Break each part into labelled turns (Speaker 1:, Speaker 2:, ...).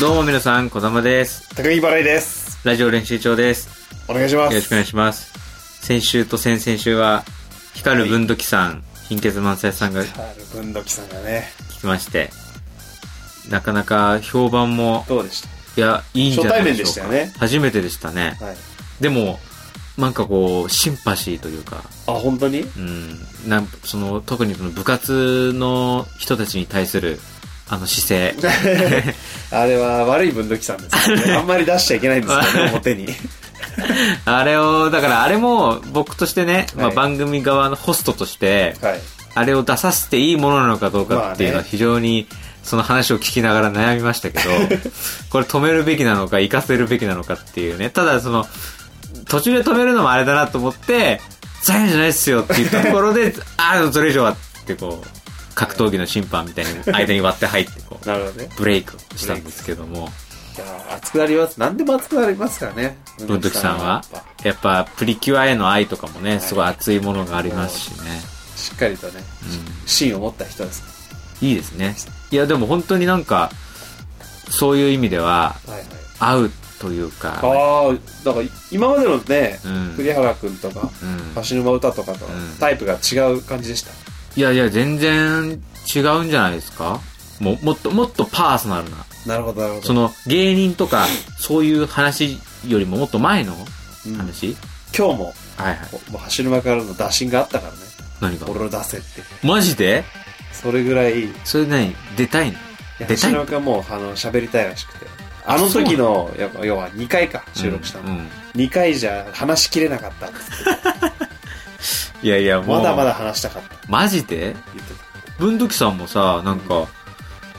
Speaker 1: どうも皆さん、小玉です。
Speaker 2: 高木払いです。
Speaker 1: ラジオ練習長です。
Speaker 2: お願いしま
Speaker 1: よ
Speaker 2: す。
Speaker 1: ろしくお願いします。先週と先々週は、光る文土器さん、貧血満載さんが聞
Speaker 2: カール文土器さんがね、
Speaker 1: きまして、なかなか評判も、
Speaker 2: どうでし
Speaker 1: いや、いいんじゃないでしょうか。
Speaker 2: 初対面でしたよね
Speaker 1: 初めてでしたね。
Speaker 2: たはい。
Speaker 1: でも、なんかこう、シンパシーというか、
Speaker 2: あ、本当 に
Speaker 1: うん、なんその特にその部活の人たちに対するあの姿勢
Speaker 2: あれは悪い文土器さんですよね。あんまり出しちゃいけないんですよね、表に。
Speaker 1: あれをだからあれも僕としてね、まあ、
Speaker 2: はい
Speaker 1: 番組側のホストとして
Speaker 2: はい。
Speaker 1: あれを出させていいものなのかどうかっていうの
Speaker 2: ま
Speaker 1: は
Speaker 2: あね
Speaker 1: 非常にその話を聞きながら悩みましたけ どこれ止めるべきなのか生かせるべきなのかっていうねただその途中で止めるのもあれだなと思って「残念じゃないっすよ」って言ったところで 「ああそれ以上は」ってこう格闘技の審判みたいに間に割って入ってこう
Speaker 2: なるほどね。
Speaker 1: ブレイクしたんですけども、
Speaker 2: いや、熱くなります。何でも熱くなりますからね。
Speaker 1: 文土器さんは
Speaker 2: やっぱ、
Speaker 1: やっぱプリキュアへの愛とかもね、
Speaker 2: い
Speaker 1: すごい熱いものがありますしね。
Speaker 2: しっかりとね、芯を持った人です。
Speaker 1: うん、いいですね。いや、でも本当になんか、そういう意味では、
Speaker 2: はいはい。
Speaker 1: 合うというか、
Speaker 2: ああ、だから今までのね、
Speaker 1: うん
Speaker 2: 栗原くんとか、
Speaker 1: うん
Speaker 2: 橋沼歌とかとは
Speaker 1: うん
Speaker 2: タイプが違う感じでした。
Speaker 1: いやいや、全然違うんじゃないですかもうもっと、もっとパーソナルな。
Speaker 2: なるほど、なるほ
Speaker 1: その、芸人とか、そういう話よりももっと前の話、
Speaker 2: 今日も、
Speaker 1: はいはい。
Speaker 2: もう橋沼からの打診があったからね。
Speaker 1: 何が
Speaker 2: 俺を出せって。
Speaker 1: マジで
Speaker 2: それぐらい、
Speaker 1: それ何出たいの出た
Speaker 2: 橋
Speaker 1: い
Speaker 2: 沼君はもう、あの、喋りたいらしくて。あの時の、やっぱ要は2回か、収録したの。
Speaker 1: うんうん
Speaker 2: 2回じゃ話しきれなかったっつって。
Speaker 1: いやいや、もう。
Speaker 2: まだまだ話したかった。
Speaker 1: マジで
Speaker 2: 言ってた。
Speaker 1: 文土器さんもさ、なんか、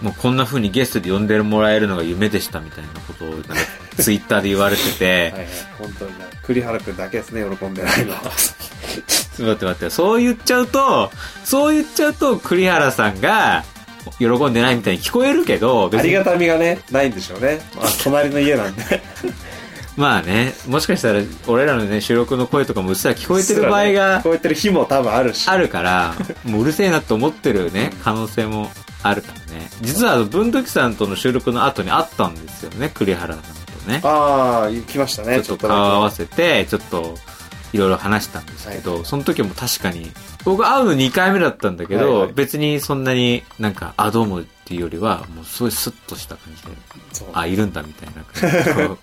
Speaker 1: もうこんな風にゲストで呼んでもらえるのが夢でしたみたいなことを、なんかツイッターで言われてて、
Speaker 2: はいはい。本当にね。栗原くんだけですね、喜ん でないのは。
Speaker 1: 待って待って、そう言っちゃうと、そう言っちゃうと、栗原さんが、喜んでないみたいに聞こえるけど、
Speaker 2: あり
Speaker 1: に
Speaker 2: がたみがね、ないんでしょうね。まあ、隣の家なんで。
Speaker 1: まあね、もしかしたら、俺らのね、収録の声とかもうっすら聞こえてる場合が
Speaker 2: 聞こえてる日も多分あるし。
Speaker 1: あるから、もううるせえなと思ってるね、可能性もあるからね。実は、あの文土器さんとの収録の後に会ったんですよね、栗原さんとね。
Speaker 2: ああ、来ましたね、
Speaker 1: ちょっと
Speaker 2: だけ
Speaker 1: 顔合わせて、ちょっと、いろいろ話したんですけど、その時も確かに、僕会うの2回目だったんだけど、
Speaker 2: はいはい
Speaker 1: 別にそんなになんか、あ、どうもっていうよりは、もうすごいスッとした感じで、
Speaker 2: そう
Speaker 1: あ、いるんだみたいな感じで、 こ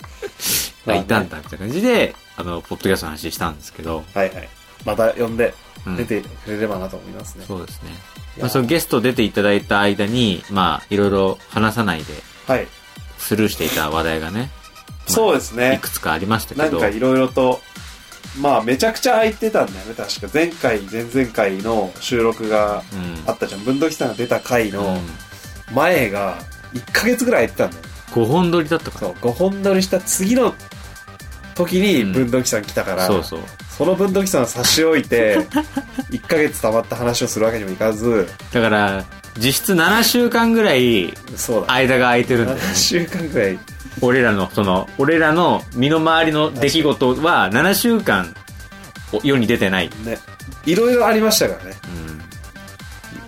Speaker 1: うあ、いたんだみたいな感じで、あの、ポッドキャストの話したんですけど、
Speaker 2: はいはい。また呼んで、
Speaker 1: うん
Speaker 2: 出てくれればなと思いますね。
Speaker 1: そうですね。
Speaker 2: いや
Speaker 1: まあ、そのゲスト出ていただいた間に、まあ、いろいろ話さないで、
Speaker 2: はい。
Speaker 1: スルーしていた話題がね、
Speaker 2: そうですね。
Speaker 1: いくつかありましたけ
Speaker 2: なん
Speaker 1: ど、
Speaker 2: かいろいろと、まあめちゃくちゃ空いてたんだよね、確か。前回、前々回の収録が
Speaker 1: うん
Speaker 2: あったじゃん。文土器さんが出た回
Speaker 1: う
Speaker 2: の
Speaker 1: ん
Speaker 2: 前が1ヶ月ぐらい空いてたんだよ。
Speaker 1: 5本撮りだったか
Speaker 2: そう、5本撮りした次の時に
Speaker 1: うん。
Speaker 2: 文土器さん来たからら、
Speaker 1: そうそう。
Speaker 2: その文土器さんを差し置 いて、1ヶ月溜まった話をするわけにもいかず、
Speaker 1: だから、実質7週間ぐらい、
Speaker 2: そうだ。
Speaker 1: 間が空いてるんだよ。
Speaker 2: 7週間ぐらい。
Speaker 1: 俺らの、その、俺らの身の回りの出来事は、7週間、お世に出てない。
Speaker 2: ね。いろいろありましたからね。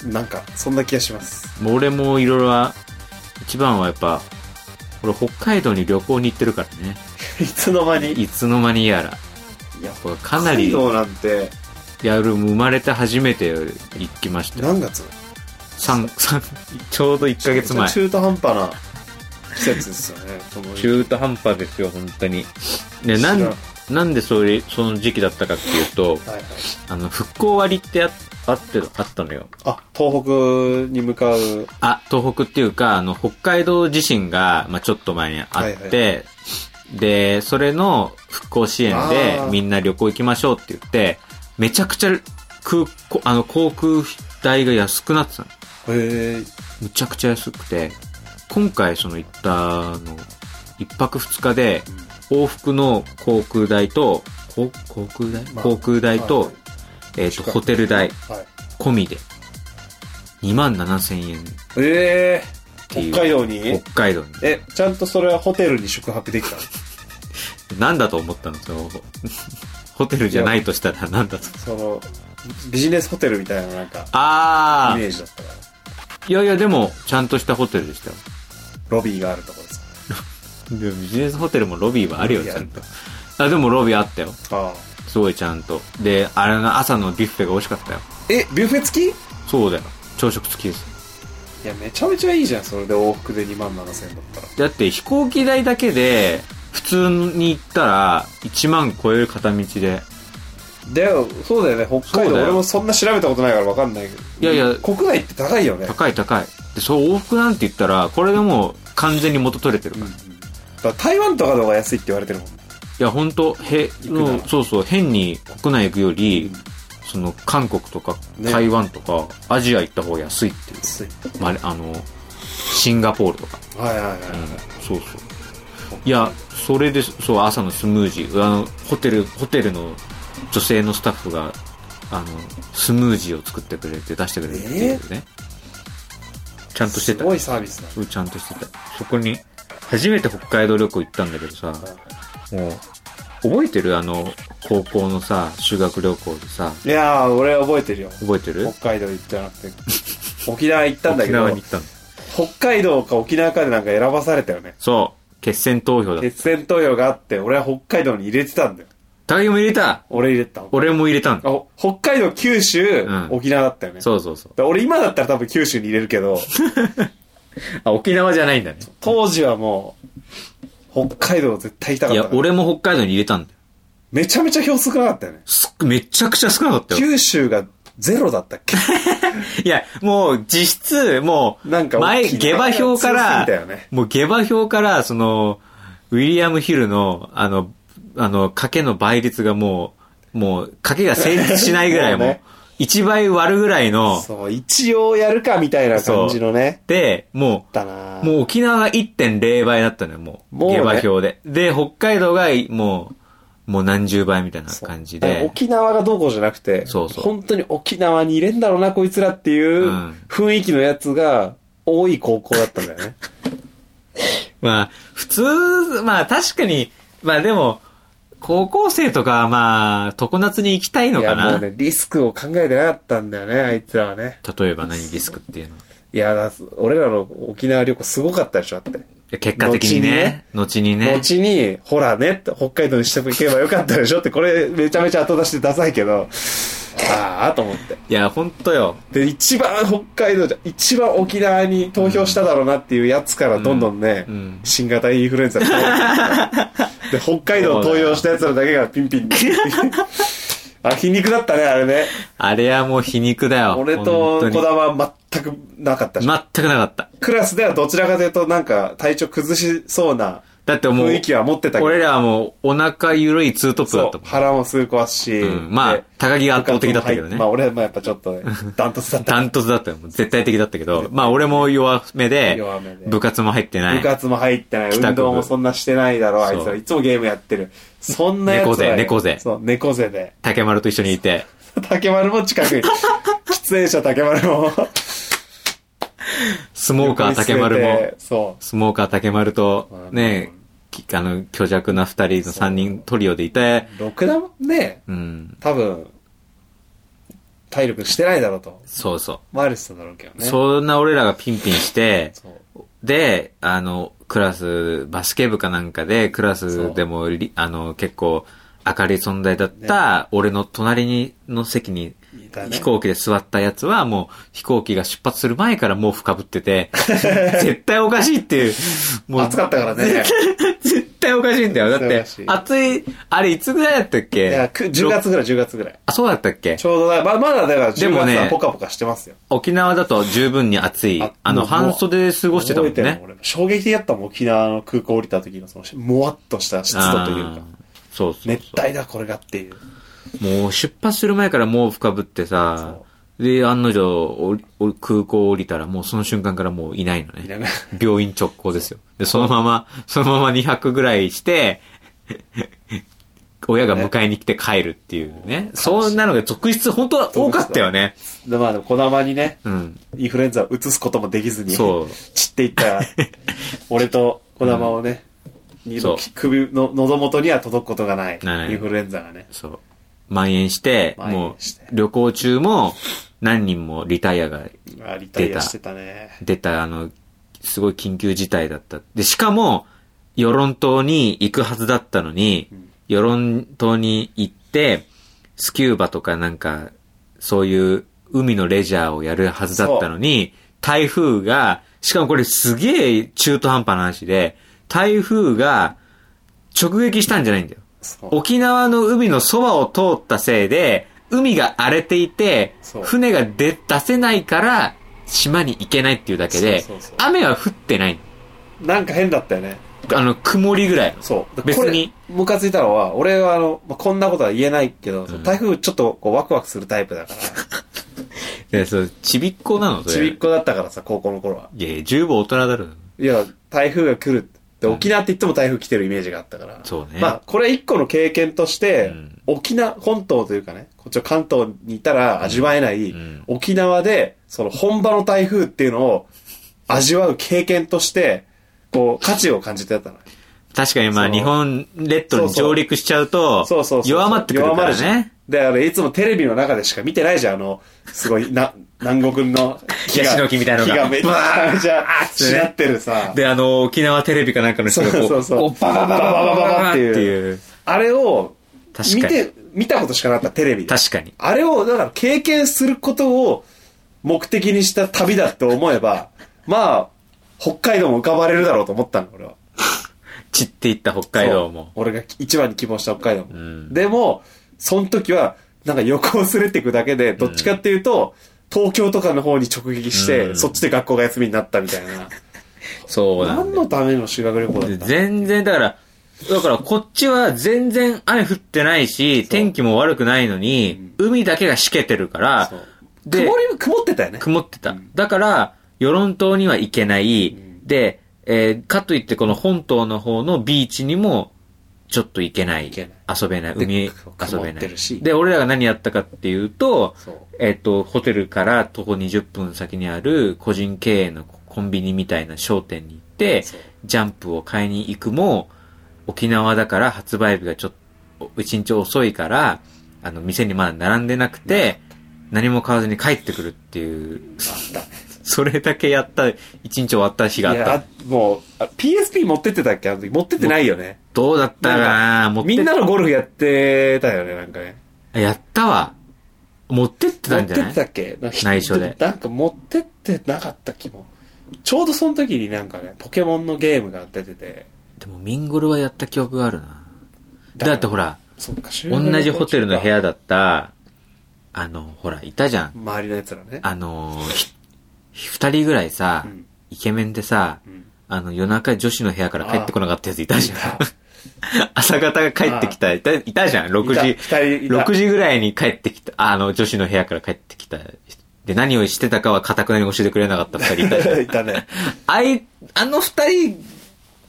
Speaker 1: う
Speaker 2: なんか、そんな気がします。
Speaker 1: ん。もう俺もいろいろは、一番はやっぱ、俺北海道に旅行に行ってるからね。
Speaker 2: いつの間に。
Speaker 1: いつの間にやら。
Speaker 2: いや、
Speaker 1: これかなり、
Speaker 2: 北海道なんて、
Speaker 1: やる、生まれて初めて行きましたよ。
Speaker 2: 何月
Speaker 1: 三三ちょうど1ヶ月前。
Speaker 2: 中途半端な季節ですよ ね。この
Speaker 1: 中途半端ですよ、本当に。ね、な
Speaker 2: 知ら
Speaker 1: ん
Speaker 2: ん、
Speaker 1: なんでそれ、その時期だったかっていうと、
Speaker 2: はいはい。
Speaker 1: あの、復興割ってああって、あったのよ。
Speaker 2: あ、東北に向かう。
Speaker 1: あ、東北っていうか、あの、北海道地震が、まあちょっと前にあって、
Speaker 2: はいは
Speaker 1: で、それの復興支援で
Speaker 2: あー
Speaker 1: みんな旅行行きましょうって言って、めちゃくちゃ空、こあの、航空代が安くなってたの。
Speaker 2: へえ。
Speaker 1: むちゃくちゃ安くて、今回その行ったあの、一泊二日で、往復の航空代と、こ航空代、
Speaker 2: まあ
Speaker 1: 航空代と、
Speaker 2: はいはい
Speaker 1: えっ、
Speaker 2: 宿
Speaker 1: と、
Speaker 2: 泊
Speaker 1: ホテル代
Speaker 2: はい。
Speaker 1: 込みで、2万7千円
Speaker 2: え
Speaker 1: てい
Speaker 2: え。
Speaker 1: う
Speaker 2: 北海道に
Speaker 1: 北海道に。
Speaker 2: え、ちゃんとそれはホテルに宿泊できたの
Speaker 1: なんだと思ったのその、 ホテルじゃないとしたらなんだと。
Speaker 2: その、ビジネスホテルみたいななんか、イ
Speaker 1: あ
Speaker 2: メージだったから。
Speaker 1: ー。いやいや、でも、ちゃんとしたホテルでしたよ。
Speaker 2: ロビーがあるとこです。
Speaker 1: でもビジネスホテルもロビーはあるよ、
Speaker 2: い
Speaker 1: ち
Speaker 2: や
Speaker 1: ゃんと。あ、でもロビーあったよ。
Speaker 2: ああ
Speaker 1: すごいちゃんと。で、あれの朝のビュッフェが美味しかったよ。
Speaker 2: えビュッフェ付き
Speaker 1: そうだよ。朝食付きです。
Speaker 2: いやめちゃめちゃいいじゃんそれで往復で2万7000円だったら
Speaker 1: だって飛行機代だけで、普通に行ったら、1万超える片道で。
Speaker 2: だよそうだよね北海
Speaker 1: そう
Speaker 2: 道
Speaker 1: だよ
Speaker 2: 俺もそんな調べたことないから分かんないけど
Speaker 1: いやいや
Speaker 2: 国内って高いよね
Speaker 1: 高い高い。で、そう往復なんて言ったら、これでもう完全に元取れてるから。い
Speaker 2: だから台湾とかの方が安いって言われてるもんね
Speaker 1: や、ほんと、へ、
Speaker 2: くなら
Speaker 1: うんそうそう、変に国内行くより、その、韓国とか、
Speaker 2: ね
Speaker 1: 台湾とか、アジア行った方が安いっていう。
Speaker 2: 安い
Speaker 1: まあ、あの、シンガポールとか。
Speaker 2: はいはいはい、
Speaker 1: そうそう。いや、それで、そう、朝のスムージー。あの、ホテル、ホテルの女性のスタッフが、あの、スムージーを作ってくれて出してくれるっていうね。ちゃんとして
Speaker 2: す
Speaker 1: た。
Speaker 2: ごいサービスだ
Speaker 1: そう、ちゃんとしてた。そこに、初めて北海道旅行行ったんだけどさ、もう、覚えてるあの、高校のさ、修学旅行でさ、
Speaker 2: いやー俺覚えてるよ
Speaker 1: 覚えてる
Speaker 2: 北海道行ってなくて 沖縄行ったんだけ
Speaker 1: 沖縄
Speaker 2: ど
Speaker 1: に行ったの。
Speaker 2: 北海道か沖縄かでなんか選ばされたよね
Speaker 1: そう、決選投票だ。
Speaker 2: 決選投票があって俺は北海道に入れてたんだよ
Speaker 1: 高木も入れた
Speaker 2: 俺入れてた
Speaker 1: 俺も入れたんだ。
Speaker 2: あ北海道九州、
Speaker 1: うん
Speaker 2: 沖縄だったよね
Speaker 1: そうそうそう。
Speaker 2: だから俺今だったら多分九州に入れるけど
Speaker 1: あ、沖縄じゃないんだね。
Speaker 2: 当時はもう北海道絶対行きたか
Speaker 1: い
Speaker 2: った
Speaker 1: や
Speaker 2: か、ら
Speaker 1: 俺も北海道に入れたんだよ。
Speaker 2: めちゃめちゃ票少なかったよね
Speaker 1: すっめちゃくちゃ少なかったよ。
Speaker 2: 九州がゼロだったっけ
Speaker 1: いや、もう実質、もう、
Speaker 2: なんか
Speaker 1: 前、
Speaker 2: 沖
Speaker 1: 下
Speaker 2: 縄
Speaker 1: 馬
Speaker 2: が
Speaker 1: 評か
Speaker 2: 強すぎた
Speaker 1: ら、
Speaker 2: よね
Speaker 1: もう下馬評から、その、ウィリアム・ヒルの、あの、あの、賭けの倍率がもう、もう、賭けが成立しないぐ らい
Speaker 2: もう
Speaker 1: も
Speaker 2: ね
Speaker 1: う、1倍割るぐらいの、
Speaker 2: そう一応やるかみたいな感じのね
Speaker 1: で、も
Speaker 2: だな
Speaker 1: う、もう沖縄が1.0倍だったのよ、もう。
Speaker 2: もうね
Speaker 1: 下馬評で。で、北海道が、もう、もう何十倍みたいな
Speaker 2: そう
Speaker 1: 感じ
Speaker 2: だから
Speaker 1: で。
Speaker 2: 沖縄がどうこうじゃなくて
Speaker 1: そうそう
Speaker 2: 本当に沖縄に入れんだろうなこいつらっていう
Speaker 1: うん
Speaker 2: 雰囲気のやつが多い高校だったんだよね
Speaker 1: まあ、普通、まあ確かに、まあでも、高校生とかはまあ、常夏に行きたいの
Speaker 2: い
Speaker 1: か
Speaker 2: やも
Speaker 1: な。
Speaker 2: うねリスクを考えてなかったんだよねあいつらはね
Speaker 1: 例えば何リスクっていうの。い
Speaker 2: いやだ俺らの沖縄旅行すごかったでしょだって
Speaker 1: や結果的にね、後にね。
Speaker 2: 後に、ほらねって、北海道にしておけばよかったでしょって、これめちゃめちゃ後出してダサいけど、ああ、と思って。
Speaker 1: いや、ほんとよ。
Speaker 2: で、一番北海道じゃ、一番沖縄に投票しただろうなっていうやつからどんどんね、
Speaker 1: うん
Speaker 2: 新型インフルエンザが通ってきてで、北海道を投票したやつらだけがピンピン。あ、皮肉だったね、あれね。
Speaker 1: あれはもう皮肉だよ。
Speaker 2: 俺
Speaker 1: ほん
Speaker 2: と
Speaker 1: と
Speaker 2: 小
Speaker 1: に
Speaker 2: 田は全くなかったし。
Speaker 1: 全くなかった。
Speaker 2: クラスではどちらかというとなんか体調崩しそうな
Speaker 1: だってもう
Speaker 2: 雰囲、気は持ってたけど。
Speaker 1: 俺らはもうお腹ゆるいツートップだ
Speaker 2: そ
Speaker 1: った
Speaker 2: う
Speaker 1: もん。
Speaker 2: 腹もすぐ壊すし、
Speaker 1: うんまあ
Speaker 2: で、
Speaker 1: 高木が圧倒的だったけどね
Speaker 2: まあ。俺はまあやっぱちょっと ね、ダントツだった。
Speaker 1: ダントツだったよ。もう絶対的だったけど。まあ俺も弱めで
Speaker 2: 弱めで、
Speaker 1: 部活も入ってない。
Speaker 2: 部活も入ってない、
Speaker 1: 帰宅部
Speaker 2: 運動もそんなしてないだろう、あいつ
Speaker 1: そ
Speaker 2: ら。
Speaker 1: う
Speaker 2: いつもゲームやってる。そんなやつらよ
Speaker 1: 猫背猫背
Speaker 2: そう、猫背で。
Speaker 1: 竹丸と一緒にいて。
Speaker 2: 竹丸も 近くに。喫煙者竹丸も。
Speaker 1: スモーカー竹丸
Speaker 2: 横に
Speaker 1: も
Speaker 2: 据え。てそ
Speaker 1: スモーカー竹丸と
Speaker 2: う、ん
Speaker 1: ね、きあの、虚弱な二人の三人トリオでいて、
Speaker 2: う。ろくだもんね、
Speaker 1: うん、
Speaker 2: 多分、体力してないだろうと。
Speaker 1: そうそ
Speaker 2: マルスだろうけど
Speaker 1: う。
Speaker 2: ね。う。
Speaker 1: そんな俺らがピンピンして、
Speaker 2: そう。
Speaker 1: で、あの、クラス、バスケ部かなんかで、クラスでもり、あの、結構、明るい存在だった、俺の隣に、の席に、
Speaker 2: いたね
Speaker 1: 飛行機で座ったやつは、もう、飛行機が出発する前からもう深ぶって て、絶対おかしいっていう、もう
Speaker 2: 暑かったか らね。
Speaker 1: 絶対おかしいんだよ。だっ
Speaker 2: 絶対お
Speaker 1: て
Speaker 2: かしい、
Speaker 1: 暑い、あれいつぐらいだったっ
Speaker 2: い
Speaker 1: け
Speaker 2: や、く10月ぐらい、10月ぐらい。
Speaker 1: あ、そうだったっけ
Speaker 2: ちょうどだ、まあ、まだだか
Speaker 1: で
Speaker 2: ら10
Speaker 1: もね
Speaker 2: 月はポカポカしてますよ。
Speaker 1: 沖縄だと十分に暑い。あ
Speaker 2: あ
Speaker 1: の、
Speaker 2: もう
Speaker 1: 半袖で過ごしてたもん
Speaker 2: 覚えて
Speaker 1: ね
Speaker 2: る。俺衝撃的だったもん、沖縄の空港降りた時のその、もわっとした湿度というか
Speaker 1: あ。ーそうそうそう。
Speaker 2: 熱帯だ、これがっていう。
Speaker 1: もう出発する前からもう深ぶってさ、で、案の定、おりおり空港降りたらもうその瞬間からもういないの
Speaker 2: いな
Speaker 1: ね。
Speaker 2: がら
Speaker 1: 病院直行ですよ。で、そのまま、そのまま200ぐらい して、親が迎えに来て帰るっていうね。そんなのが続出、本当は多かったよね。
Speaker 2: で、まあ、でも、小玉にね、
Speaker 1: うん。
Speaker 2: インフルエンザを移すこともできずに、
Speaker 1: そう
Speaker 2: 散ってい った、俺と小玉をね、に
Speaker 1: そう
Speaker 2: 首の、喉元には届くことがない。
Speaker 1: ない
Speaker 2: インフルエンザがね。
Speaker 1: そう。蔓延して、
Speaker 2: 蔓
Speaker 1: もう
Speaker 2: 延して
Speaker 1: 旅行中も何人もリタイアが
Speaker 2: あリタイアしてたね。
Speaker 1: 出た、あの、すごい緊急事態だった。で、しかも、与論島に行くはずだったのに、与論島に行って、スキューバとかなんか、そういう海のレジャーをやるはずだったのに、台風が、しかもこれすげえ中途半端な話で、台風が直撃したんじゃないんだよ。
Speaker 2: そう
Speaker 1: 沖縄の海のそばを通ったせいで、海が荒れていて
Speaker 2: そう、
Speaker 1: 船が出出せないから、島に行けないっていうだけで
Speaker 2: そうそうそう、
Speaker 1: 雨は降ってない。
Speaker 2: なんか変だったよね。
Speaker 1: あの、曇りぐらい。
Speaker 2: そう。で
Speaker 1: 別に。
Speaker 2: これムカついたのは、俺はあの、まあ、こんなことは言えないけど、
Speaker 1: ん
Speaker 2: 台風ちょっとこうワクワクするタイプだか
Speaker 1: え、そう、ちびっこなの
Speaker 2: ら、
Speaker 1: そ
Speaker 2: ち
Speaker 1: れ。
Speaker 2: びっこだったからさ、高校の頃は。
Speaker 1: いや、十分大人だろ。
Speaker 2: いや、台風が来るって。で、沖縄って言っても台風来てるイメージがあったから。
Speaker 1: そうね
Speaker 2: まあ、これ一個の経験として、
Speaker 1: うん
Speaker 2: 沖縄、本島というかね、こっちは関東にいたら味わえない、
Speaker 1: うん
Speaker 2: 沖縄で、その本場の台風っていうのを味わう経験として、こう、価値を感じてたの。
Speaker 1: 確かにまあ
Speaker 2: そう
Speaker 1: 日本列島に上陸しちゃうと
Speaker 2: そうそうそう、
Speaker 1: 弱まってくるか
Speaker 2: 弱ま
Speaker 1: ら
Speaker 2: じゃん
Speaker 1: ね。。
Speaker 2: で、あれ、いつもテレビの中でしか見てないじゃん、あの、すごい、な、南国の木
Speaker 1: ヤシの木みたいなのが
Speaker 2: 木がめちゃめちゃ、しなってるさ。
Speaker 1: で、あの、沖縄テレビかなんかの人がこう、
Speaker 2: そうそうそう
Speaker 1: こババババババババって
Speaker 2: って
Speaker 1: いう。
Speaker 2: あれを、
Speaker 1: 確かに
Speaker 2: 見て、見たことしかなかった、テレビで。
Speaker 1: 確かに。
Speaker 2: あれを、だから経験することを目的にした旅だって思えば、 まあ、北海道も浮かばれるだろうと思ったの、俺は。
Speaker 1: 散っていった北海道
Speaker 2: そう
Speaker 1: も。
Speaker 2: 俺が一番に希望した北海道も。
Speaker 1: ん
Speaker 2: でも、その時は、なんか横をすれていくだけで、どっちかっていうと、東京とかの方に直撃して、
Speaker 1: うん
Speaker 2: そっちで学校が休みになったみたいな。
Speaker 1: そうなんだよ
Speaker 2: 何のための修学旅行だったの
Speaker 1: 全然、だから、だからこっちは全然雨降ってないし、天気も悪くないのに、海だけがしけてるから
Speaker 2: そう、
Speaker 1: で
Speaker 2: 曇、り、曇ってたよね。
Speaker 1: 曇ってた。だから、与論島には行けない。で、えーかといってこの本島の方のビーチにも、ちょっと行けない。
Speaker 2: 行けない
Speaker 1: 遊べない。
Speaker 2: で
Speaker 1: 海、遊
Speaker 2: 曇
Speaker 1: べ
Speaker 2: っ
Speaker 1: な
Speaker 2: てるし
Speaker 1: い。で、俺らが何やったかっていうと
Speaker 2: そう、
Speaker 1: えっ、と、ホテルから徒歩20分先にある個人経営のコンビニみたいな商店に行って
Speaker 2: そう、
Speaker 1: ジャンプを買いに行くも、沖縄だから発売日がちょっと、一日遅いから、あの、店にまだ並んでなくて、何も買わずに帰ってくるっていう、
Speaker 2: あっ
Speaker 1: それだけやった、一日終わった日があ
Speaker 2: たい
Speaker 1: っ
Speaker 2: や、
Speaker 1: た
Speaker 2: あ。もう、あ PSP 持ってってたっけあの時。持ってってないよね。
Speaker 1: どうだったかな持って
Speaker 2: みんなのゴルフやってたよね、なんかね。
Speaker 1: あやったわ。持ってってたんじゃ
Speaker 2: 持
Speaker 1: な
Speaker 2: っ
Speaker 1: い
Speaker 2: てってたっけ
Speaker 1: 内緒で
Speaker 2: なんか持ってってなかった気も。ちょうどその時になんかね、ポケモンのゲームが出てて。
Speaker 1: でも、ミンゴルはやった記憶があるな。だってほら、
Speaker 2: そっか、修学旅行
Speaker 1: 同じホテルの部屋
Speaker 2: だ。
Speaker 1: だった、あの、ほら、いたじゃん。
Speaker 2: 周りの奴らね。
Speaker 1: あの、ひ二人ぐらいさ
Speaker 2: うん、
Speaker 1: イケメンでさ
Speaker 2: ん、
Speaker 1: あの、夜中女子の部屋から帰ってこなかったやついたじゃん。 朝方が帰ってきた、いた、いたじゃん。6時
Speaker 2: いた二人いた
Speaker 1: 6時ぐらいに帰ってきた、あの、女子の部屋から帰ってきた。で、何をしてたかは固くなに教えてくれなかった二人いたじ ゃん
Speaker 2: いたね。
Speaker 1: あい、あの二人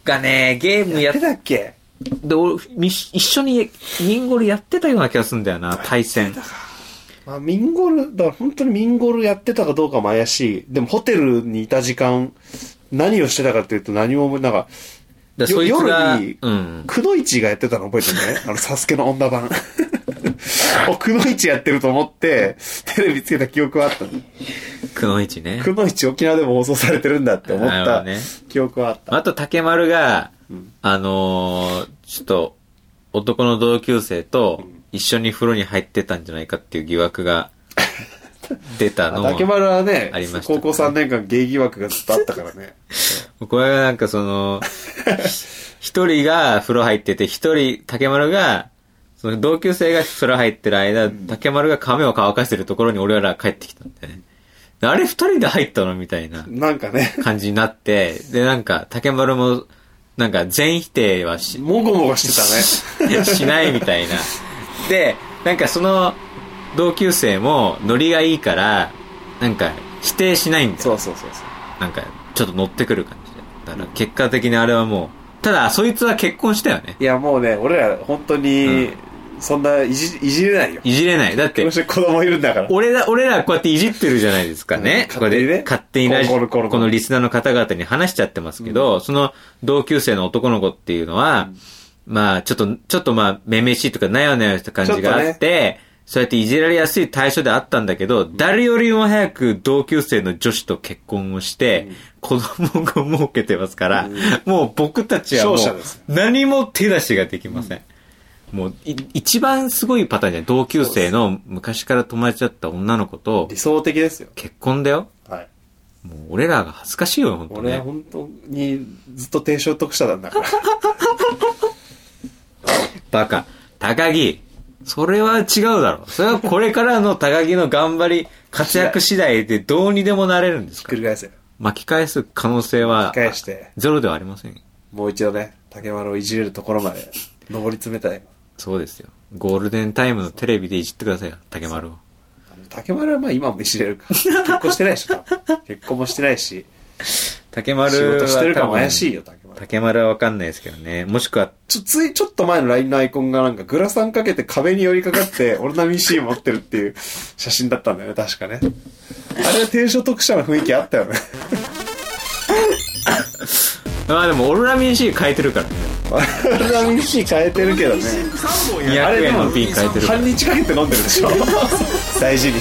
Speaker 1: がね、ゲームや
Speaker 2: や
Speaker 1: っ
Speaker 2: ってたっけ
Speaker 1: で、俺、み一緒にミンゴルやってたような気がするんだよな、対戦。
Speaker 2: まあ、ミンゴル、だから本当にミンゴルやってたかどうかも怪しい。でもホテルにいた時間、何をしてたかっていうと何も、なんか、
Speaker 1: でそいつが、
Speaker 2: よ夜に
Speaker 1: うん。
Speaker 2: くのいちがやってたの覚え てるね。あの、サスケの女版。 お、くのいちやってると思って、テレビつけた記憶はあったの。
Speaker 1: くのいちね。
Speaker 2: くのいち沖縄でも放送されてるんだって思っ
Speaker 1: なるほど
Speaker 2: た
Speaker 1: ね
Speaker 2: 記憶はあった。
Speaker 1: あと、竹丸が、あのーちょっと、男の同級生と一緒に風呂に入ってたんじゃないかっていう疑惑 が出たの
Speaker 2: あ竹丸はね
Speaker 1: ありました
Speaker 2: 高校3年間芸疑惑がずっとあったか らね。
Speaker 1: これがなんかそ の、ひ一人が風呂入ってて、一人、竹丸が、その同級生が風呂入ってる間、竹丸が髪を乾かしてるところに俺らが帰ってきたんだよね。であれ二人で入ったのみたいな
Speaker 2: なんかね、
Speaker 1: 感じになって、で、なんか竹丸も、なんか全否定はし、
Speaker 2: もごもごしてたね。
Speaker 1: し ないみたいな。で、なんかその同級生もノリがいいから、なんか否定しないんだよ。
Speaker 2: そうそうそうそう。
Speaker 1: なんか、ちょっと乗ってくる感じで。だから、結果的にあれはもう、ただ、そいつは結婚したよね。
Speaker 2: いや、もうね、俺ら本当に、そんないじ、いじれないよ。
Speaker 1: いじれない。だって
Speaker 2: そ、して子供いるんだから。
Speaker 1: 俺ら、俺らこうやっていじってるじゃないですかね。
Speaker 2: うん
Speaker 1: これで
Speaker 2: 勝
Speaker 1: 勝
Speaker 2: 手
Speaker 1: 手
Speaker 2: に
Speaker 1: に
Speaker 2: ね
Speaker 1: ラジ
Speaker 2: コロコロコロコロ
Speaker 1: このリスナーの方々に話しちゃってますけど、その同級生の男の子っていうのは、まあ、ちょっと、ちょっとまあ、めめしいとか、なよなよした感じがあって、そうやっていじられやすい対象であったんだけど、誰よりも早く同級生の女子と結婚をして、子供を設けてますから、もう僕たちはもう
Speaker 2: 勝者です
Speaker 1: 何も手出しができません。もうい、一番すごいパターンじゃない同級生の昔から友達だった女の子と
Speaker 2: 理想的ですよ。
Speaker 1: 結婚だよ。
Speaker 2: はい。
Speaker 1: もう俺らが恥ずかしいよ、本当
Speaker 2: 俺は
Speaker 1: ね。
Speaker 2: 本当にずっと低所得者なんだから。
Speaker 1: バカ。高木。それは違うだろ。それはこれからの高木の頑張り、活躍次第でどうにでもなれるんですか
Speaker 2: 繰り返せ。
Speaker 1: 巻き返す可能性は
Speaker 2: 返して、
Speaker 1: ゼロではありませんよ
Speaker 2: もう一度ね、竹丸をいじれるところまで上り詰めたい。
Speaker 1: そうですよゴールデンタイムのテレビでいじってくださいよ竹丸を
Speaker 2: あの竹丸はまあ今もいじれるか。結婚してないでしょ、多分結婚もしてないし、
Speaker 1: 竹丸は
Speaker 2: 仕事してるかも怪しい
Speaker 1: よ
Speaker 2: よ、竹丸。
Speaker 1: 竹丸はわかんないですけどねもしくは
Speaker 2: ちょ、つい、ちょっと前の LINE のアイコンがなんかグラサンかけて壁に寄りかかって、オルナミン C 持ってるっていう写真だったんだよね、確かね。あれは低所得者の雰囲気あったよね。
Speaker 1: まあでもオルラミン C 変えてるからね
Speaker 2: オルナミン C 変えてるけどね。あ
Speaker 1: 200
Speaker 2: れで
Speaker 1: 円
Speaker 2: も
Speaker 1: の瓶変えてるから
Speaker 2: 半日かけて飲んでるでしょ大事に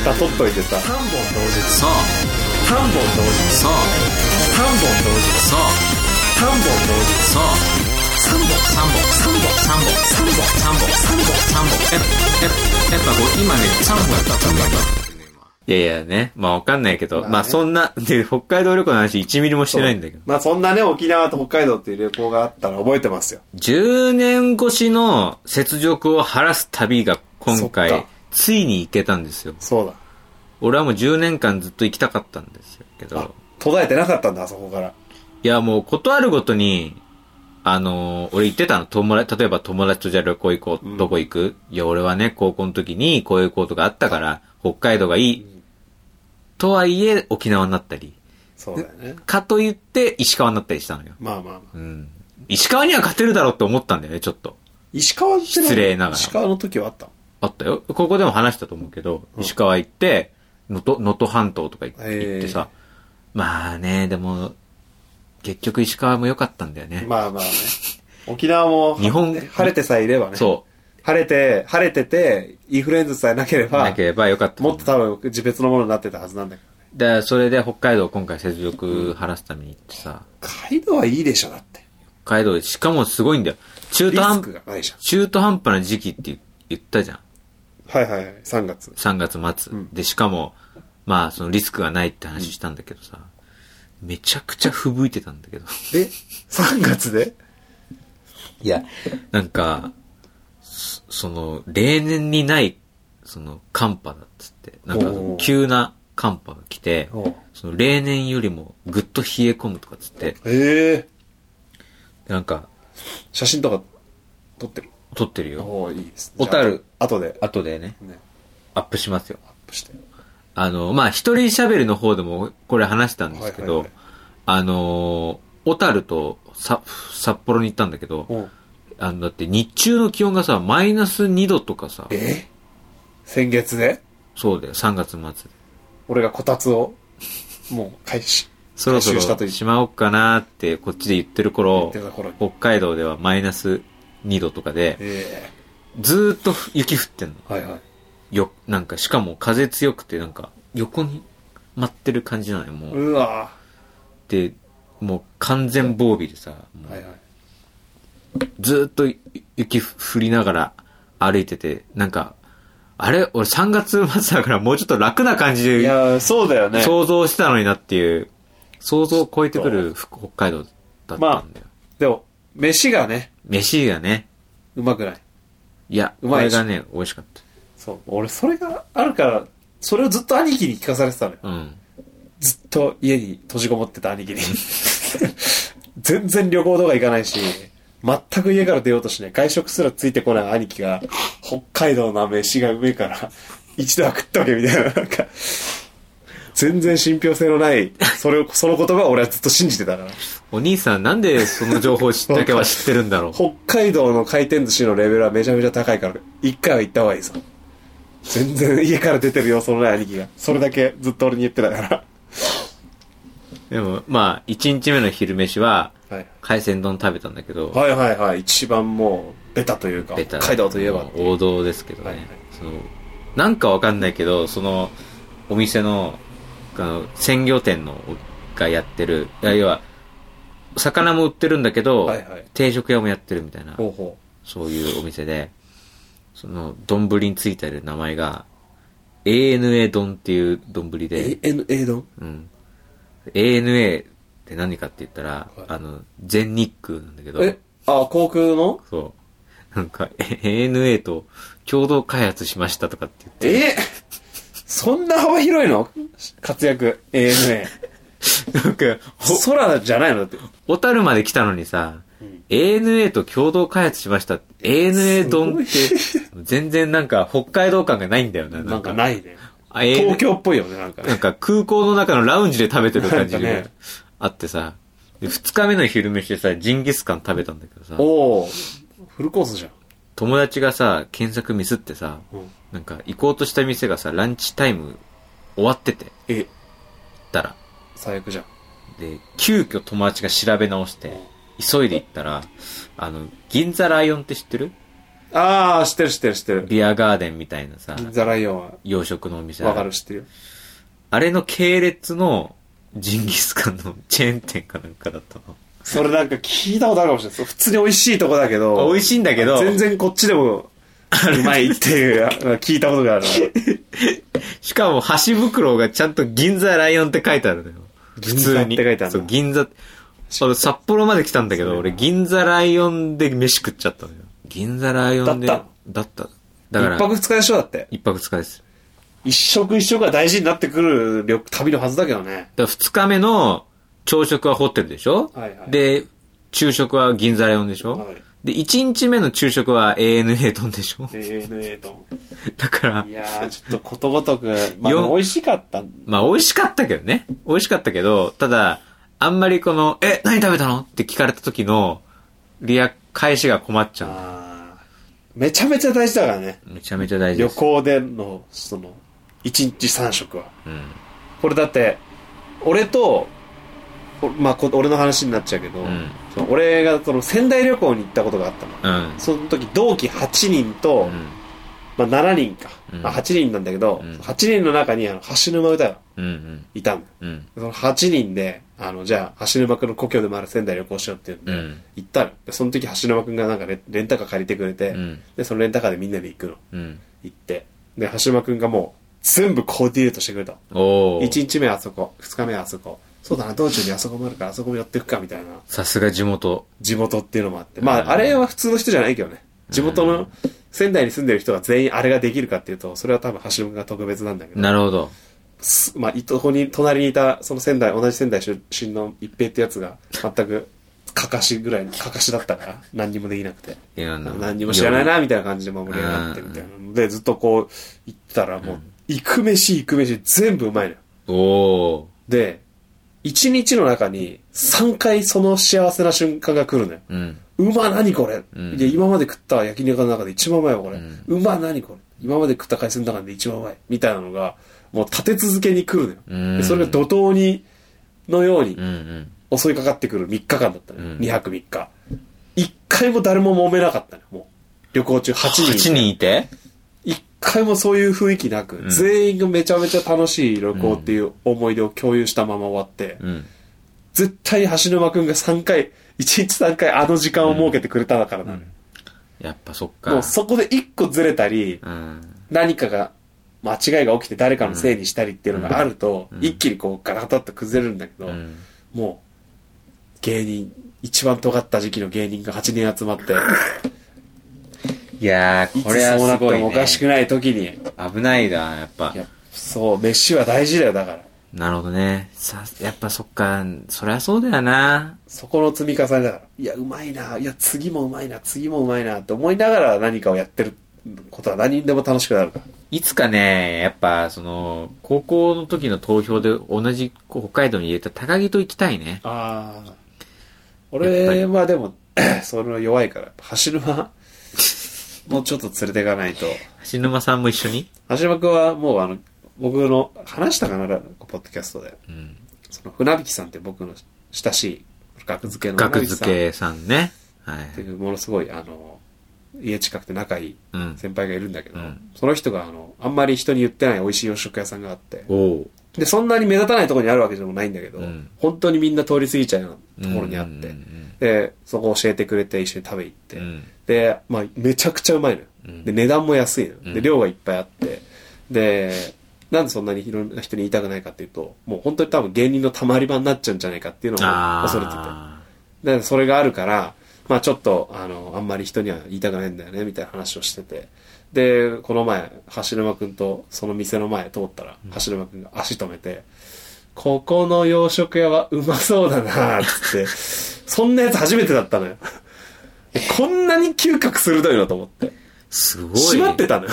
Speaker 2: 蓋取っといてさ
Speaker 1: そう
Speaker 3: 三本同時
Speaker 1: そう
Speaker 3: 三本同時
Speaker 1: そう
Speaker 3: 三本同時
Speaker 1: そう
Speaker 3: 三本
Speaker 1: 3本3本3本3本3本3本3本やっぱやっぱこう今ね3本やった3本やったいやいやね。まあわかんないけど、
Speaker 2: まあ
Speaker 1: まあ
Speaker 2: ね
Speaker 1: そんな、で、北海道旅行の話1ミリもしてないんだけど。
Speaker 2: まあそんなね沖縄と北海道っていう旅行があったら覚えてますよ
Speaker 1: 10年越しの雪辱を晴らす旅が今
Speaker 2: そっ
Speaker 1: 回
Speaker 2: か、
Speaker 1: ついに行けたんですよ。
Speaker 2: そうだ
Speaker 1: 俺はもう10年間ずっと行きたかったんですよけ
Speaker 2: あ
Speaker 1: ど。
Speaker 2: 途絶えてなかったんだあそこから
Speaker 1: いや、もうことあるごとに、あのー俺言ってたの、友達、例えば友達とじゃあ旅行行こう、
Speaker 2: うん
Speaker 1: どこ行くいや、俺はね、高校の時にこういうことがあったから、北海道がいい。とはいえ、沖縄になったり、
Speaker 2: そうだよね
Speaker 1: かといって石川になったりしたのよ。
Speaker 2: まあまあまあ
Speaker 1: うん。石川には勝てるだろうって思ったんだよね、ちょっと。
Speaker 2: 石川って
Speaker 1: 失礼ながら
Speaker 2: 石川の時はあったの
Speaker 1: あったよ。ここでも話したと思うけど、石川行って、能登、能登半島とか行って
Speaker 2: ええ
Speaker 1: 行ってさ、まあね、でも、結局石川も良かったんだよね。
Speaker 2: まあまあね沖縄も
Speaker 1: 日本
Speaker 2: 晴れてさえいればね
Speaker 1: そ
Speaker 2: 晴れて晴れててインフルエンザさえなけれ
Speaker 1: う。
Speaker 2: ば
Speaker 1: なければ良かった。
Speaker 2: もっと多分自別のものになってたはずなんだけどね
Speaker 1: で、それで北海道今回雪辱晴らすために行ってさ、
Speaker 2: 北海道はいいでしょだって
Speaker 1: 北海道で、しかもすごいんだよ。中
Speaker 2: リ
Speaker 1: 途
Speaker 2: ス
Speaker 1: 半
Speaker 2: クがないじゃん
Speaker 1: 中途半端な時期って言ったじゃん。
Speaker 2: はいはいはい、3月。
Speaker 1: 3月末。
Speaker 2: うん
Speaker 1: で、しかも、まあ、そのリスクがないって話したんだけどさ、めちゃくちゃ吹雪いてたんだけど。
Speaker 2: え ?3 月で
Speaker 1: いや、なんか、そその、例年にない、その、寒波だっつって、なんか
Speaker 2: おー、
Speaker 1: 急な寒波が来て
Speaker 2: おう、
Speaker 1: その、例年よりもぐっと冷え込むとかっつって、
Speaker 2: ええ
Speaker 1: なんか、
Speaker 2: 写真とか撮ってる。
Speaker 1: 撮ってるよ。
Speaker 2: おおいいです
Speaker 1: 小樽
Speaker 2: あとで、
Speaker 1: 後でね、
Speaker 2: ね、
Speaker 1: アップしますよ。
Speaker 2: アップして。
Speaker 1: あの、まあ、一人喋りの方でも、これ話したんですけど、
Speaker 2: はいはいはい
Speaker 1: あのー、小樽とさ札幌に行ったんだけど、
Speaker 2: おう
Speaker 1: あの、だって日中の気温がさ、マイナス2度とかさ、
Speaker 2: え先月で
Speaker 1: そうだよ、3月末で。
Speaker 2: 俺がこたつを、もう、開始。
Speaker 1: そろそ
Speaker 2: 回収したと
Speaker 1: ろ
Speaker 2: 言っ
Speaker 1: しまおうかなーってこっちで言ってる頃
Speaker 2: て、た頃に。
Speaker 1: 北海道ではマイナス2度とかで、
Speaker 2: え
Speaker 1: ずーっと雪降ってんの。
Speaker 2: えはいはい。
Speaker 1: よ、なんかしかも風強くてなんか横に待ってる感じなのよ、もう。
Speaker 2: うわ
Speaker 1: で、もう完全防備でさ、
Speaker 2: ー
Speaker 1: も
Speaker 2: はいは
Speaker 1: う
Speaker 2: い。
Speaker 1: ずーっと雪降りながら歩いてて、なんか、あれ俺3月末だからもうちょっと楽な感じ
Speaker 2: い
Speaker 1: で
Speaker 2: やーそうだよね。
Speaker 1: 想像してたのになっていう、想像を超えてくる北北海道だったんだよ。
Speaker 2: でも、飯がね、
Speaker 1: 飯がね、
Speaker 2: うまくない。
Speaker 1: いや、
Speaker 2: う
Speaker 1: こ
Speaker 2: まい
Speaker 1: れ
Speaker 2: でしょ
Speaker 1: がね、美味しかっ
Speaker 2: そう。俺、それがあるから、それをずっと兄貴に聞かされてたのよ。
Speaker 1: た。うん。
Speaker 2: ずっと家に閉じこもってた兄貴に。全然旅行とか行かないし、全く家から出ようとしない。外食すらついてこない兄貴が、北海道の飯がうめえから、一度は食っとけみたいな、なんか、全然信憑性のない、それを、その言葉を俺はずっと信じてたから。
Speaker 1: お兄さん、なんでその情報を知ったけは知ってるんだろう。
Speaker 2: 北海道の回転寿司のレベルはめちゃめちゃ高いから、一回は行った方がいいぞ。全然家から出てる様子のない兄貴が。それだけずっと俺に言ってたから。
Speaker 1: でも、まあ、1日目の昼飯は、
Speaker 2: はい。
Speaker 1: 海鮮丼食べたんだけど、
Speaker 2: はいはいはい。一番もう、ベタというか、
Speaker 1: ベタ
Speaker 2: 北海道といえば。
Speaker 1: 王道ですけどね、
Speaker 2: はいはい
Speaker 1: そのなんかわかんないけどそのお店のあの鮮魚店のがやってるいや要は魚も売ってるんだけど、
Speaker 2: はいはい
Speaker 1: 定食屋もやってるみたいな
Speaker 2: ほうほ
Speaker 1: そういうお店でその丼についてる名前が ANA 丼っていう丼
Speaker 2: う。
Speaker 1: で
Speaker 2: ANA 丼
Speaker 1: うん、ANA って何かって言ったら、
Speaker 2: はい
Speaker 1: あの全日空なんだけど
Speaker 2: えあ、航空の
Speaker 1: そう。なんか、え ANA と共同開発しましたとかって言って、
Speaker 2: えそんな幅広いの活躍。ANA。
Speaker 1: なんか、
Speaker 2: 空じゃないのだって。
Speaker 1: 小樽まで来たのにさ、ANA と共同開発しました。ANA 丼って、全然なんか北海道感がないんだよな。な
Speaker 2: なんん
Speaker 1: か、
Speaker 2: かないね。
Speaker 1: あ ANA
Speaker 2: 東京っぽいよね、なんか
Speaker 1: なん
Speaker 2: ね。
Speaker 1: か空港の中のラウンジで食べてる感じ
Speaker 2: なん
Speaker 1: が
Speaker 2: かね
Speaker 1: あってさ、で二日目の昼飯でさ、ジンギスカン食べたんだけどさ、
Speaker 2: おおフルコースじゃん。
Speaker 1: 友達がさ、検索ミスってさ、
Speaker 2: うん
Speaker 1: なんか行こうとした店がさ、ランチタイム終わってて、行っ
Speaker 2: え、
Speaker 1: たら、
Speaker 2: 最悪じゃん。
Speaker 1: で、急遽友達が調べ直して、急いで行ったら、あの、銀座ライオンって知ってる
Speaker 2: ああ、知ってる知ってる知ってる。
Speaker 1: ビアガーデンみたいなさ、
Speaker 2: 銀座ライオンは、
Speaker 1: 洋食のお店
Speaker 2: わかる知ってるよ。
Speaker 1: あれの系列のジンギスカンの チェーン店かなんかだったの。
Speaker 2: それなんか聞いたことあるかもしれないそう。普通に美味しいとこだけど。
Speaker 1: 美味しいんだけど、
Speaker 2: 全然こっちでも、うまいっていう、聞いたことがある。
Speaker 1: しかも箸袋がちゃんと銀座ライオンって書いてあるのよ。普
Speaker 2: 銀座
Speaker 1: 通に。
Speaker 2: って書いてあるんだ
Speaker 1: そう、銀座。俺札幌まで来たんだけど、俺銀座ライオンで飯食っちゃったのよ。銀座ライオンで。
Speaker 2: だった
Speaker 1: だった。
Speaker 2: 一
Speaker 1: だから、
Speaker 2: 泊二日でしょだって。
Speaker 1: 一泊二日です。
Speaker 2: 一食一食が大事になってくる旅旅のはずだけどね。
Speaker 1: だから二日目の朝食はホテルでしょ、
Speaker 2: はいはい
Speaker 1: で、昼食は銀座ライオンでしょ、
Speaker 2: はい
Speaker 1: で、一日目の昼食は ANA 丼でしょ
Speaker 2: ANA と。
Speaker 1: だから
Speaker 2: い、やー、ちょっとことごとく、まあ、
Speaker 1: よ
Speaker 2: 美味しかった。
Speaker 1: まあ美味しかったけどね。美味しかったけど、ただ、あんまりこの、え、何食べたのって聞かれた時の、リア、返しが困っちゃ
Speaker 2: あーめちゃめちゃ大事だからね。
Speaker 1: う。めちゃめちゃ大事
Speaker 2: 旅
Speaker 1: です。
Speaker 2: 行での、その、一日三食は。
Speaker 1: うん。
Speaker 2: これだって、俺と、おまあ、こ俺の話になっちゃうけど、
Speaker 1: うん
Speaker 2: その俺がその仙台旅行に行ったことがあったの。
Speaker 1: うん。
Speaker 2: その時同期8人と、
Speaker 1: うん。
Speaker 2: まあ、7人か、
Speaker 1: うん
Speaker 2: まあ、8人なんだけど、
Speaker 1: うん
Speaker 2: 8人の中にあの橋沼歌が
Speaker 1: うん。うん。
Speaker 2: いたの
Speaker 1: うん。
Speaker 2: その8人であのじゃあ橋沼君の故郷でもある仙台旅行しようって
Speaker 1: う
Speaker 2: 言って、
Speaker 1: ん。
Speaker 2: 行ったのでその時橋沼君がなんかレレンタカー借りてくれて、
Speaker 1: うん
Speaker 2: でそのレンタカーでみんなで行くの
Speaker 1: うん。
Speaker 2: 行ってで橋沼君がもう全部コーディネートしてくれたの
Speaker 1: お
Speaker 2: 1
Speaker 1: ー。
Speaker 2: 日目はあそこ2日目はあそこそうだな道中にあそこもあるからあそこも寄ってくかみたいな
Speaker 1: さすが地元。
Speaker 2: 地元っていうのもあって。まあ、あれは普通の人じゃないけどね。地元の、仙台に住んでる人が全員あれができるかっていうと、それは多分橋本が特別なんだけど。
Speaker 1: なるほど。
Speaker 2: すまあ、いとこに、隣にいた、その仙台、同じ仙台出身の一平ってやつが、全く、かかしぐらいの、かかしだったから、何にもできなくて。
Speaker 1: いやなんだ
Speaker 2: 何にも知らないな、みたいな感じで盛り上がってみたいなので、ずっとこう、行ったらもう、行く飯行く飯全部うまいのよ。
Speaker 1: おー。
Speaker 2: で、一日の中に3回その幸せな瞬間が来るのよ。
Speaker 1: うん。
Speaker 2: うま何これ、
Speaker 1: ん
Speaker 2: いや今まで食った焼肉の中で一番うまいわこれ、
Speaker 1: う
Speaker 2: うんま何これ今まで食った海鮮の中で一番うまいみたいなのがもう立て続けに来るのよ、
Speaker 1: うん
Speaker 2: でそれが怒涛にのように
Speaker 1: うんうん。
Speaker 2: 襲いかかってくる3日間だったのよ、
Speaker 1: うん
Speaker 2: 2泊3日1回も誰も揉めなかったのよもう旅行中8
Speaker 1: 8
Speaker 2: 人
Speaker 1: 人いて
Speaker 2: 一回もそういう雰囲気なく、
Speaker 1: ん
Speaker 2: 全員がめちゃめちゃ楽しい旅行っていう思い出を共有したまま終わって、
Speaker 1: うん。
Speaker 2: 絶対橋沼くんが3回1日3回あの時間を設けてくれただからなのよ、
Speaker 1: やっぱそっ
Speaker 2: も
Speaker 1: か
Speaker 2: う。そこで一個ずれたり、
Speaker 1: うん。
Speaker 2: 何かが、間違いが起きて誰かのせいにしたりっていうのがあると、
Speaker 1: うん
Speaker 2: 一気にこうガラガタッと崩れるんだけど、
Speaker 1: うん。
Speaker 2: もう、芸人、一番尖った時期の芸人が8人 集まって、
Speaker 1: いや
Speaker 2: い
Speaker 1: ー、
Speaker 2: つ
Speaker 1: これは
Speaker 2: そうな
Speaker 1: す
Speaker 2: って
Speaker 1: ごい、ね。
Speaker 2: もおかしくない時に、い
Speaker 1: 危ないだ、やっぱ。
Speaker 2: や、そう、飯は大事だよ、だから。
Speaker 1: なるほどね。さ、やっぱそっか、そりゃそうだよな。
Speaker 2: そこの積み重ねだから。いや、うまいな、いや、次もうまいな、次もうまいな、って思いながら何かをやってることは何にでも楽しくなるから。
Speaker 1: いつかね、やっぱ、その、高校の時の投票で同じこう北海道に入れた高木と行きたいね。
Speaker 2: ああ。
Speaker 1: やっぱり
Speaker 2: 俺はでも、 その弱いから、橋 沼、もうちょっと連れていかないと。
Speaker 1: 橋沼さんも一緒に
Speaker 2: 橋沼君はもうあの、僕の、話したかな、ポッドキャストで。
Speaker 1: うん。
Speaker 2: その船引さんって僕の親しい学付けの船
Speaker 1: 学
Speaker 2: 引さ
Speaker 1: 付
Speaker 2: んっ
Speaker 1: けさんね。はい。
Speaker 2: ていうものすごいあの家近くて仲いい
Speaker 1: うん。
Speaker 2: 先輩がいるんだけど、
Speaker 1: うん
Speaker 2: その人があのあんまり人に言ってない美味しい洋食屋さんがあって
Speaker 1: おお。
Speaker 2: でそんなに目立たないところにあるわけでもないんだけど、
Speaker 1: うん
Speaker 2: 本当にみんな通り過ぎちゃうようなところにあって、
Speaker 1: うん
Speaker 2: でそこ教えてくれて一緒に食べ行って、
Speaker 1: うん
Speaker 2: で、まあ、めちゃくちゃうまいのよ、
Speaker 1: うん
Speaker 2: で値段も安いのよ、
Speaker 1: うん
Speaker 2: で量がいっぱいあってでなんでそんなにいろんな人に言いたくないかっていうともう本当に多分芸人のたまり場になっちゃうんじゃないかっていうのを
Speaker 1: ああ。
Speaker 2: 恐れててでそれがあるから、まあちょっと、あの、あんまり人には言いたくないんだよね、みたいな話をしてて。で、この前、橋沼くんとその店の前通ったら、橋沼くんが足止めて、ここの洋食屋はうまそうだなっつって、 そんなやつ初めてだったのよ。えこんなに嗅覚鋭いのと思って。
Speaker 1: すごい。
Speaker 2: 閉まってたのよ。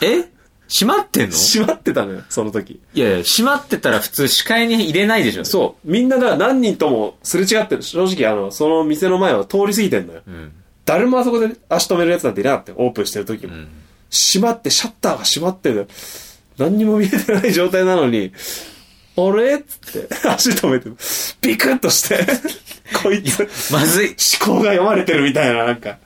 Speaker 1: え閉まってんの
Speaker 2: 閉まってたのよ、その時。
Speaker 1: いやいや、閉まってたら普通視界に入れないでしょ。
Speaker 2: そう。みんなだから何人ともすれ違ってる。正直、あの、その店の前は通り過ぎてんのよ。
Speaker 1: う。うん。
Speaker 2: 誰もあそこで足止めるやつなんていなかったよ、オープンしてる時
Speaker 1: う
Speaker 2: も。
Speaker 1: ん。
Speaker 2: 閉まって、シャッターが閉まってる。何にも見えてない状態なのに、あれっつって、足止めて、ビクッとして、 こいつ、
Speaker 1: まずい。
Speaker 2: 思考が読まれてるみたいな、なんか、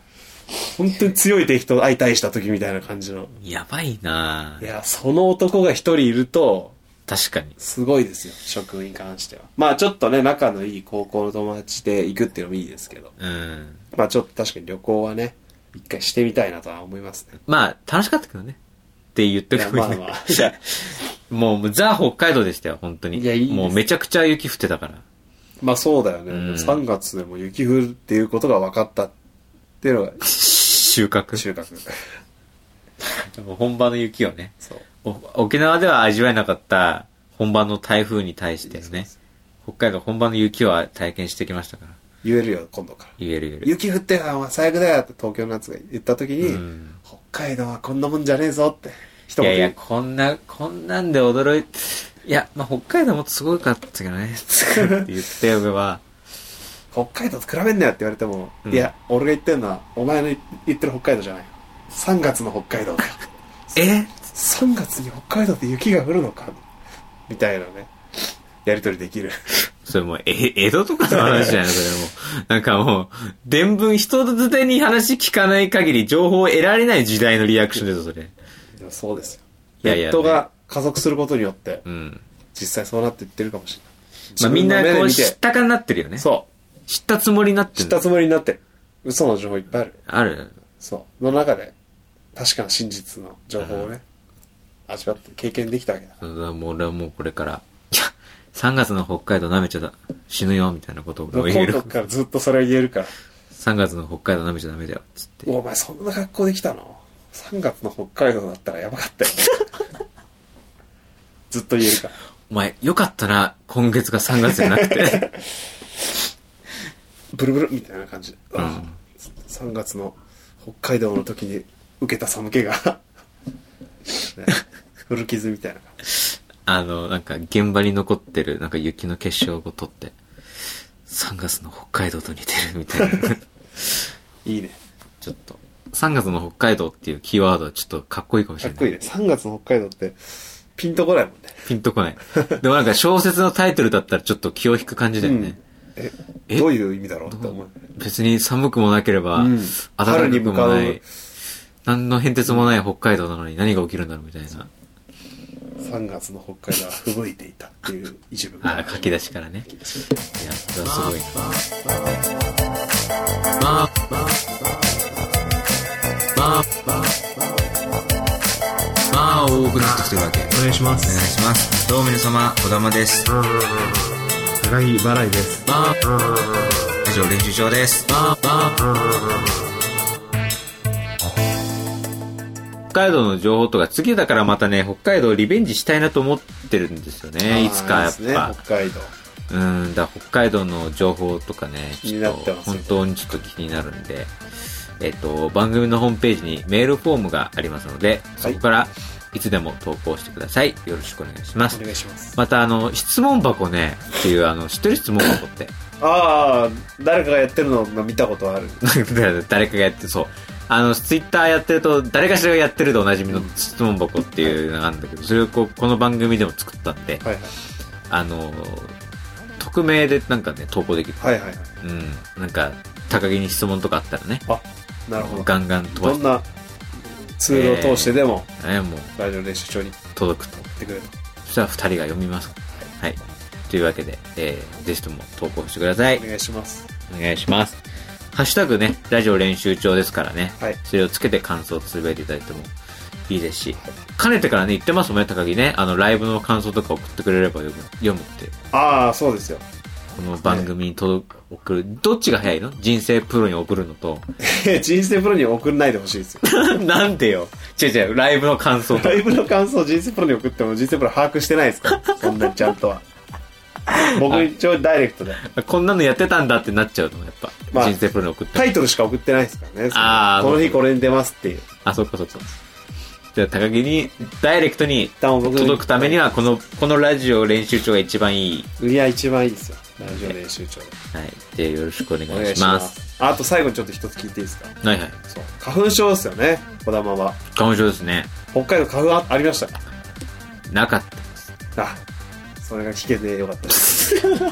Speaker 2: 本当に強い敵と相対した時みたいな感じの。
Speaker 1: やばいない
Speaker 2: や、その男が一人いると、
Speaker 1: 確かに。
Speaker 2: すごいですよ、職員に関しては。まあちょっとね、仲のいい高校の友達で行くっていうのもいいですけど、
Speaker 1: うん。
Speaker 2: まあちょっと確かに旅行はね、一回してみたいなとは思いますね。
Speaker 1: まあ、楽しかったけどね。って言って
Speaker 2: いや
Speaker 1: く
Speaker 2: ま
Speaker 1: れ
Speaker 2: あ
Speaker 1: る。
Speaker 2: まあ。
Speaker 1: いや もう、ザ・北海道でしたよ、本当に。
Speaker 2: いやいいです
Speaker 1: もうめちゃくちゃ雪降ってたから。
Speaker 2: まあそうだよね。
Speaker 1: うん
Speaker 2: 3月でも雪降るっていうことが分かったっていうのが
Speaker 1: 収穫。
Speaker 2: 収穫。
Speaker 1: 本場の雪をね。
Speaker 2: そう。
Speaker 1: お沖縄では味わえなかった本場の台風に対してね。北海道本場の雪を体験してきましたから。
Speaker 2: 言えるよ、今度から。
Speaker 1: 言える言える。
Speaker 2: 雪降ってたお前最悪だよって東京のやつが言った時に、
Speaker 1: うん
Speaker 2: 北海道はこんなもんじゃねえぞって一
Speaker 1: い
Speaker 2: 言
Speaker 1: やい
Speaker 2: 言
Speaker 1: や、
Speaker 2: う。
Speaker 1: こんな、こんなんで驚い、いや、まあ、北海道もっとすごかったけどね、って言って、俺 は、
Speaker 2: 北海道と比べんなよって言われても、
Speaker 1: うん
Speaker 2: いや、俺が言ってるのは、お前の言ってる北海道じゃない。3月の北海道 か。
Speaker 1: え
Speaker 2: 3月に北海道で雪が降るのか。みたいなね。やりとりでき る。
Speaker 1: それもう、え、江戸とかの話じゃないのそれもう。なんかもう、伝聞人づてに話聞かない限り情報を得られない時代のリアクションですよ、それ。
Speaker 2: でもそうですよ。
Speaker 1: い
Speaker 2: ネ
Speaker 1: やいや
Speaker 2: ットが加速することによって、
Speaker 1: うん。
Speaker 2: 実際そうなっていってるかもしれ
Speaker 1: まあ、
Speaker 2: な
Speaker 1: み
Speaker 2: い。
Speaker 1: んな
Speaker 2: 自分の
Speaker 1: こ
Speaker 2: 目
Speaker 1: う、
Speaker 2: で見
Speaker 1: 知ってたかになってるよね。
Speaker 2: そ
Speaker 1: 知ったつもりになっ
Speaker 2: う。
Speaker 1: て
Speaker 2: 知
Speaker 1: る。
Speaker 2: ったつもりになってる。嘘の情報いっぱいある。
Speaker 1: ある
Speaker 2: そう。の中で、確かな真実の情報をね、味わって経験できたわけだ。
Speaker 1: そうだもう俺はもうこれから、いや、3月の北海道舐めちゃだ、死ぬよ、みたいなことを俺
Speaker 2: も
Speaker 1: は
Speaker 2: う
Speaker 1: 言え
Speaker 2: 今
Speaker 1: る
Speaker 2: 度。からずっとそれを言えるから。
Speaker 1: 3月の北海道舐めちゃダメだよ、つって。
Speaker 2: お前そんな格好できたの ?3 月の北海道だったらやばかったよ。 ずっと言えるから。
Speaker 1: お前、よかったな、今月が3月じゃなく て。
Speaker 2: ブルブルみたいな感じで。
Speaker 1: うん
Speaker 2: 3月の北海道の時に受けた寒気が、 ね古傷みたいな感じ。
Speaker 1: あの、なんか、現場に残ってる、なんか雪の結晶を取って、3月の北海道と似てる、みたい な。
Speaker 2: いいね。
Speaker 1: ちょっと、3月の北海道っていうキーワードはちょっとかっこいいかもし
Speaker 2: か
Speaker 1: れ
Speaker 2: っ
Speaker 1: ない。
Speaker 2: こいいね。3月の北海道って、ピンとこないもんね。
Speaker 1: ピンとこない。でもなんか小説のタイトルだったらちょっと気を引く感じだよね。
Speaker 2: え、
Speaker 1: え
Speaker 2: どういう意味だろうって思う。
Speaker 1: 別に寒くもなければ、
Speaker 2: うん
Speaker 1: 暖かくもな
Speaker 2: 春に向か
Speaker 1: い。何の変哲もない北海道なのに何が起きるんだろうみたいな。
Speaker 2: 3月の北海道は吹雪いていたっていう一部が。
Speaker 1: あ、書き出しからね。いや、それはすごいな。
Speaker 4: まあ多くなってきてるわけお願いしますお願いしますどうも皆様小玉です高木払いです以上練習場です
Speaker 1: 北海道の情報とか次だからまたね、北海道リベンジしたいなと思ってるんですよね。いつかやっ
Speaker 2: あーいい
Speaker 1: ぱ
Speaker 2: ですね。北海道。
Speaker 1: うん、だから北海道の情報とかね、
Speaker 2: 気
Speaker 1: ち
Speaker 2: に
Speaker 1: ょ
Speaker 2: な
Speaker 1: っ
Speaker 2: って
Speaker 1: と
Speaker 2: ますよ
Speaker 1: 本当にちょっと気になるんで、えっと、番組のホームページにメールフォームがありますので、そこからいつでも投稿してください。よろしくお願いします
Speaker 2: お。願いします。
Speaker 1: またあの、質問箱ね、っていうあの、知ってる質問箱って。
Speaker 2: ああ、誰かがやってるのを見たことはある。
Speaker 1: なんか誰かがやってそうあのツイッターやってると誰かしらがやってるでおなじみの質問箱っていうのがあるんだけどそれをこうこの番組でも作ったんで
Speaker 2: はいはい。
Speaker 1: あの匿名でなんかね、投稿できる。
Speaker 2: はいはいはい。
Speaker 1: うん。なんか、高木に質問とかあったらね、
Speaker 2: あ、なるほど。
Speaker 1: ガンガン飛ば
Speaker 2: ど
Speaker 1: し
Speaker 2: んなツールを通してでも、
Speaker 1: て、ね、もう
Speaker 2: ラジオ練習帳に送
Speaker 1: 届くと。
Speaker 2: ってくれる。
Speaker 1: そしたら二人が読みます。はい。というわけで、えー、ぜひとも投稿してください
Speaker 2: お。願いします。
Speaker 1: お願いします。ハッシュタグね、ラジオ練習帳ですからね。
Speaker 2: はい
Speaker 1: それをつけて感想をつぶやいていただいてもいいですし。かねてからね、言ってますもんね、高木ね。あの、ライブの感想とか送ってくれれば読む読むって。
Speaker 2: ああ、そうですよ。
Speaker 1: この番組に届く、送る。どっちが早いの人生プロに送るのと。
Speaker 2: 人生プロに送んないでほしいですよ。
Speaker 1: なんでよ。違う違う、ライブの感想とか
Speaker 2: ライブの感想を人生プロに送っても人生プロ把握してないで すから。そんなにちゃんとは。僕一応ダイレクトで。
Speaker 1: こんなのやってたんだってなっちゃうの、やっぱ。
Speaker 2: まあ
Speaker 1: 人生プロに送って。
Speaker 2: タイトルしか送ってないですからね。
Speaker 1: あー
Speaker 2: この日これに出ますっていう。
Speaker 1: あ、そっかそっか。じゃあ、高木に、ダイレクトに
Speaker 2: 旦僕に
Speaker 1: 届くためには、この、このラジオ練習帳が一番いい。
Speaker 2: 売りは一番いいですよ。ラジオ練習帳で。
Speaker 1: はい。で、よろしくお願い
Speaker 2: お願い
Speaker 1: し
Speaker 2: し
Speaker 1: ま。
Speaker 2: ますす。あと最後にちょっと一つ聞いていいですか
Speaker 1: はいはい。
Speaker 2: そう。花粉症ですよね。小玉は。
Speaker 1: 花粉症ですね。
Speaker 2: 北海道花粉あありましたか
Speaker 1: なかっ
Speaker 2: あ、それが聞けてよかったです。
Speaker 1: た。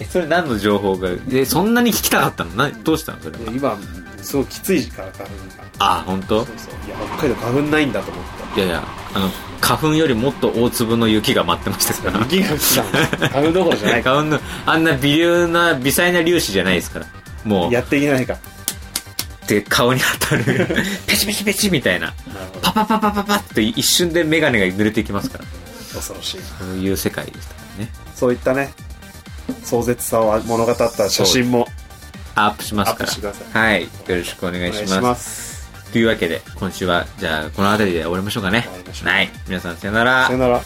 Speaker 1: え、それ何の情報が、え、そんなに聞きたかったのな、どうしたのそれ
Speaker 2: で
Speaker 1: は。
Speaker 2: 今、すごいきつい時間花粉が。
Speaker 1: あ、本当
Speaker 2: そ？うそう。いや、北海道花粉ないんだと思っ
Speaker 1: い
Speaker 2: て。
Speaker 1: やいや、あの、花粉よりもっと大粒の雪が待ってましたから。
Speaker 2: 雪が来たの。花粉どころじゃないか。
Speaker 1: 花粉の、あんな微粒な、微細な粒子じゃないですから。 もう、
Speaker 2: やっていけないか。
Speaker 1: って顔に当 たるペチペチペチみたいな
Speaker 2: なるほど。
Speaker 1: パパパパパパッと一瞬で眼鏡が濡れていきますから
Speaker 2: 恐ろしいな。
Speaker 1: そういう世界でしたからね
Speaker 2: そういったね、壮絶さを物語った写真も
Speaker 1: アップしま
Speaker 2: ア
Speaker 1: す
Speaker 2: ッ
Speaker 1: か
Speaker 2: プ
Speaker 1: ら
Speaker 2: してください。
Speaker 1: はいよろしくお願いします
Speaker 2: す。
Speaker 1: というわけで今週はじゃあこの辺りで終わりましょうかね
Speaker 2: 終わりましょう
Speaker 1: はい皆さんさよなら
Speaker 2: さよなら。